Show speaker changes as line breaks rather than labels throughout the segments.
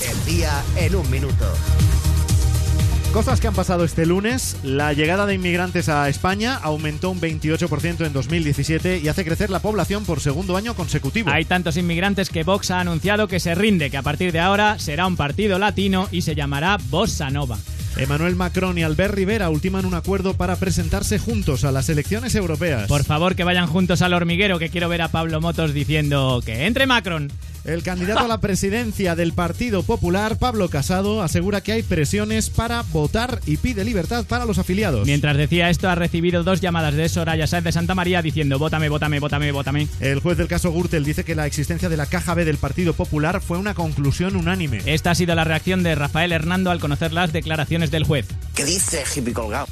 El día en un minuto.
Cosas que han pasado este lunes. La llegada de inmigrantes a España aumentó un 28% en 2017 y hace crecer la población por segundo año consecutivo.
Hay tantos inmigrantes que Vox ha anunciado que se rinde, que a partir de ahora será un partido latino y se llamará Bossa Nova.
Emmanuel Macron y Albert Rivera ultiman un acuerdo para presentarse juntos a las elecciones europeas.
Por favor, que vayan juntos al hormiguero, que quiero ver a Pablo Motos diciendo que entre Macron.
El candidato a la presidencia del Partido Popular, Pablo Casado, asegura que hay presiones para votar y pide libertad para los afiliados.
Mientras decía esto, ha recibido dos llamadas de Soraya Sáez de Santa María diciendo: Vótame, vótame, vótame, vótame.
El juez del caso Gürtel dice que la existencia de la caja B del Partido Popular fue una conclusión unánime.
Esta ha sido la reacción de Rafael Hernando al conocer las declaraciones del juez.
¿Qué dice hippie colgado?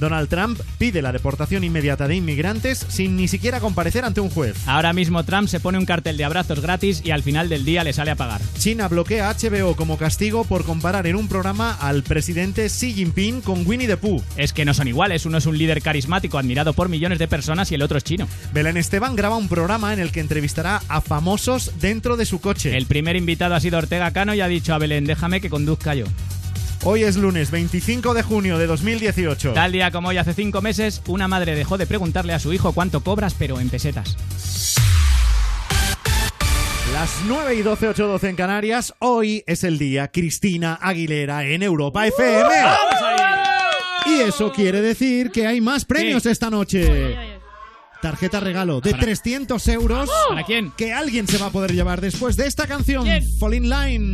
Donald Trump pide la deportación inmediata de inmigrantes sin ni siquiera comparecer ante un juez.
Ahora mismo Trump se pone un cartel de abrazos gratis y al final del día le sale a pagar.
China bloquea a HBO como castigo por comparar en un programa al presidente Xi Jinping con Winnie the Pooh.
Es que no son iguales, uno es un líder carismático admirado por millones de personas y el otro es chino.
Belén Esteban graba un programa en el que entrevistará a famosos dentro de su coche.
El primer invitado ha sido Ortega Cano y ha dicho a Belén, déjame que conduzca yo.
Hoy es lunes 25 de junio de 2018.
Tal día como hoy, hace cinco meses, una madre dejó de preguntarle a su hijo cuánto cobras, pero en pesetas.
Las 9 y 12, 8, 12 en Canarias. Hoy es el día Cristina Aguilera en Europa FM. Y eso quiere decir que hay más premios esta noche. Tarjeta regalo de 300 euros
Ah, ¿Para quién?
que alguien se va a poder llevar después de esta canción, Fall in Line.